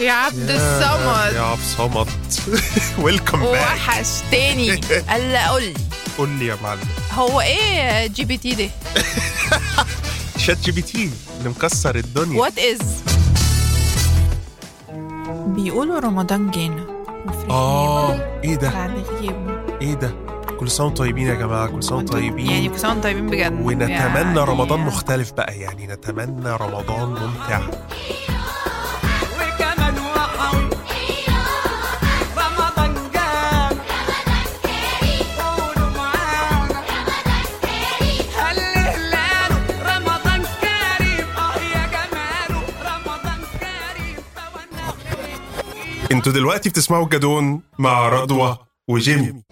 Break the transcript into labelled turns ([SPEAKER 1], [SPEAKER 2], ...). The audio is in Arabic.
[SPEAKER 1] عبد الصمد
[SPEAKER 2] يا عبد الصمد ويلكم
[SPEAKER 1] Oh.
[SPEAKER 2] باك
[SPEAKER 1] وحشتني هلا قول لي
[SPEAKER 2] قول لي يا معلم
[SPEAKER 1] هو ايه جي بي تي ده؟
[SPEAKER 2] Hmm. شات جي بي تي اللي مكسر الدنيا
[SPEAKER 1] وات از بيقولوا رمضان جانا وفرحنا
[SPEAKER 2] اه ايه ده
[SPEAKER 1] على غيابه.
[SPEAKER 2] ايه ده كل سنه وانتم طيبين يا جماعه كل سنه وانتم
[SPEAKER 1] يعني
[SPEAKER 2] طيبين
[SPEAKER 1] كل سنه وانتم طيبين بجد
[SPEAKER 2] ونتمنى
[SPEAKER 1] يعني-
[SPEAKER 2] رمضان مختلف بقى يعني نتمنى رمضان ممتع
[SPEAKER 3] وكمان وحوي رمضان جانا قولوا معانا هلهلانا رمضان كريم اه يا جماله رمضان كريم فوانا خير
[SPEAKER 2] انتوا دلوقتي بتسمعوا الجدون مع رضوى وجيمي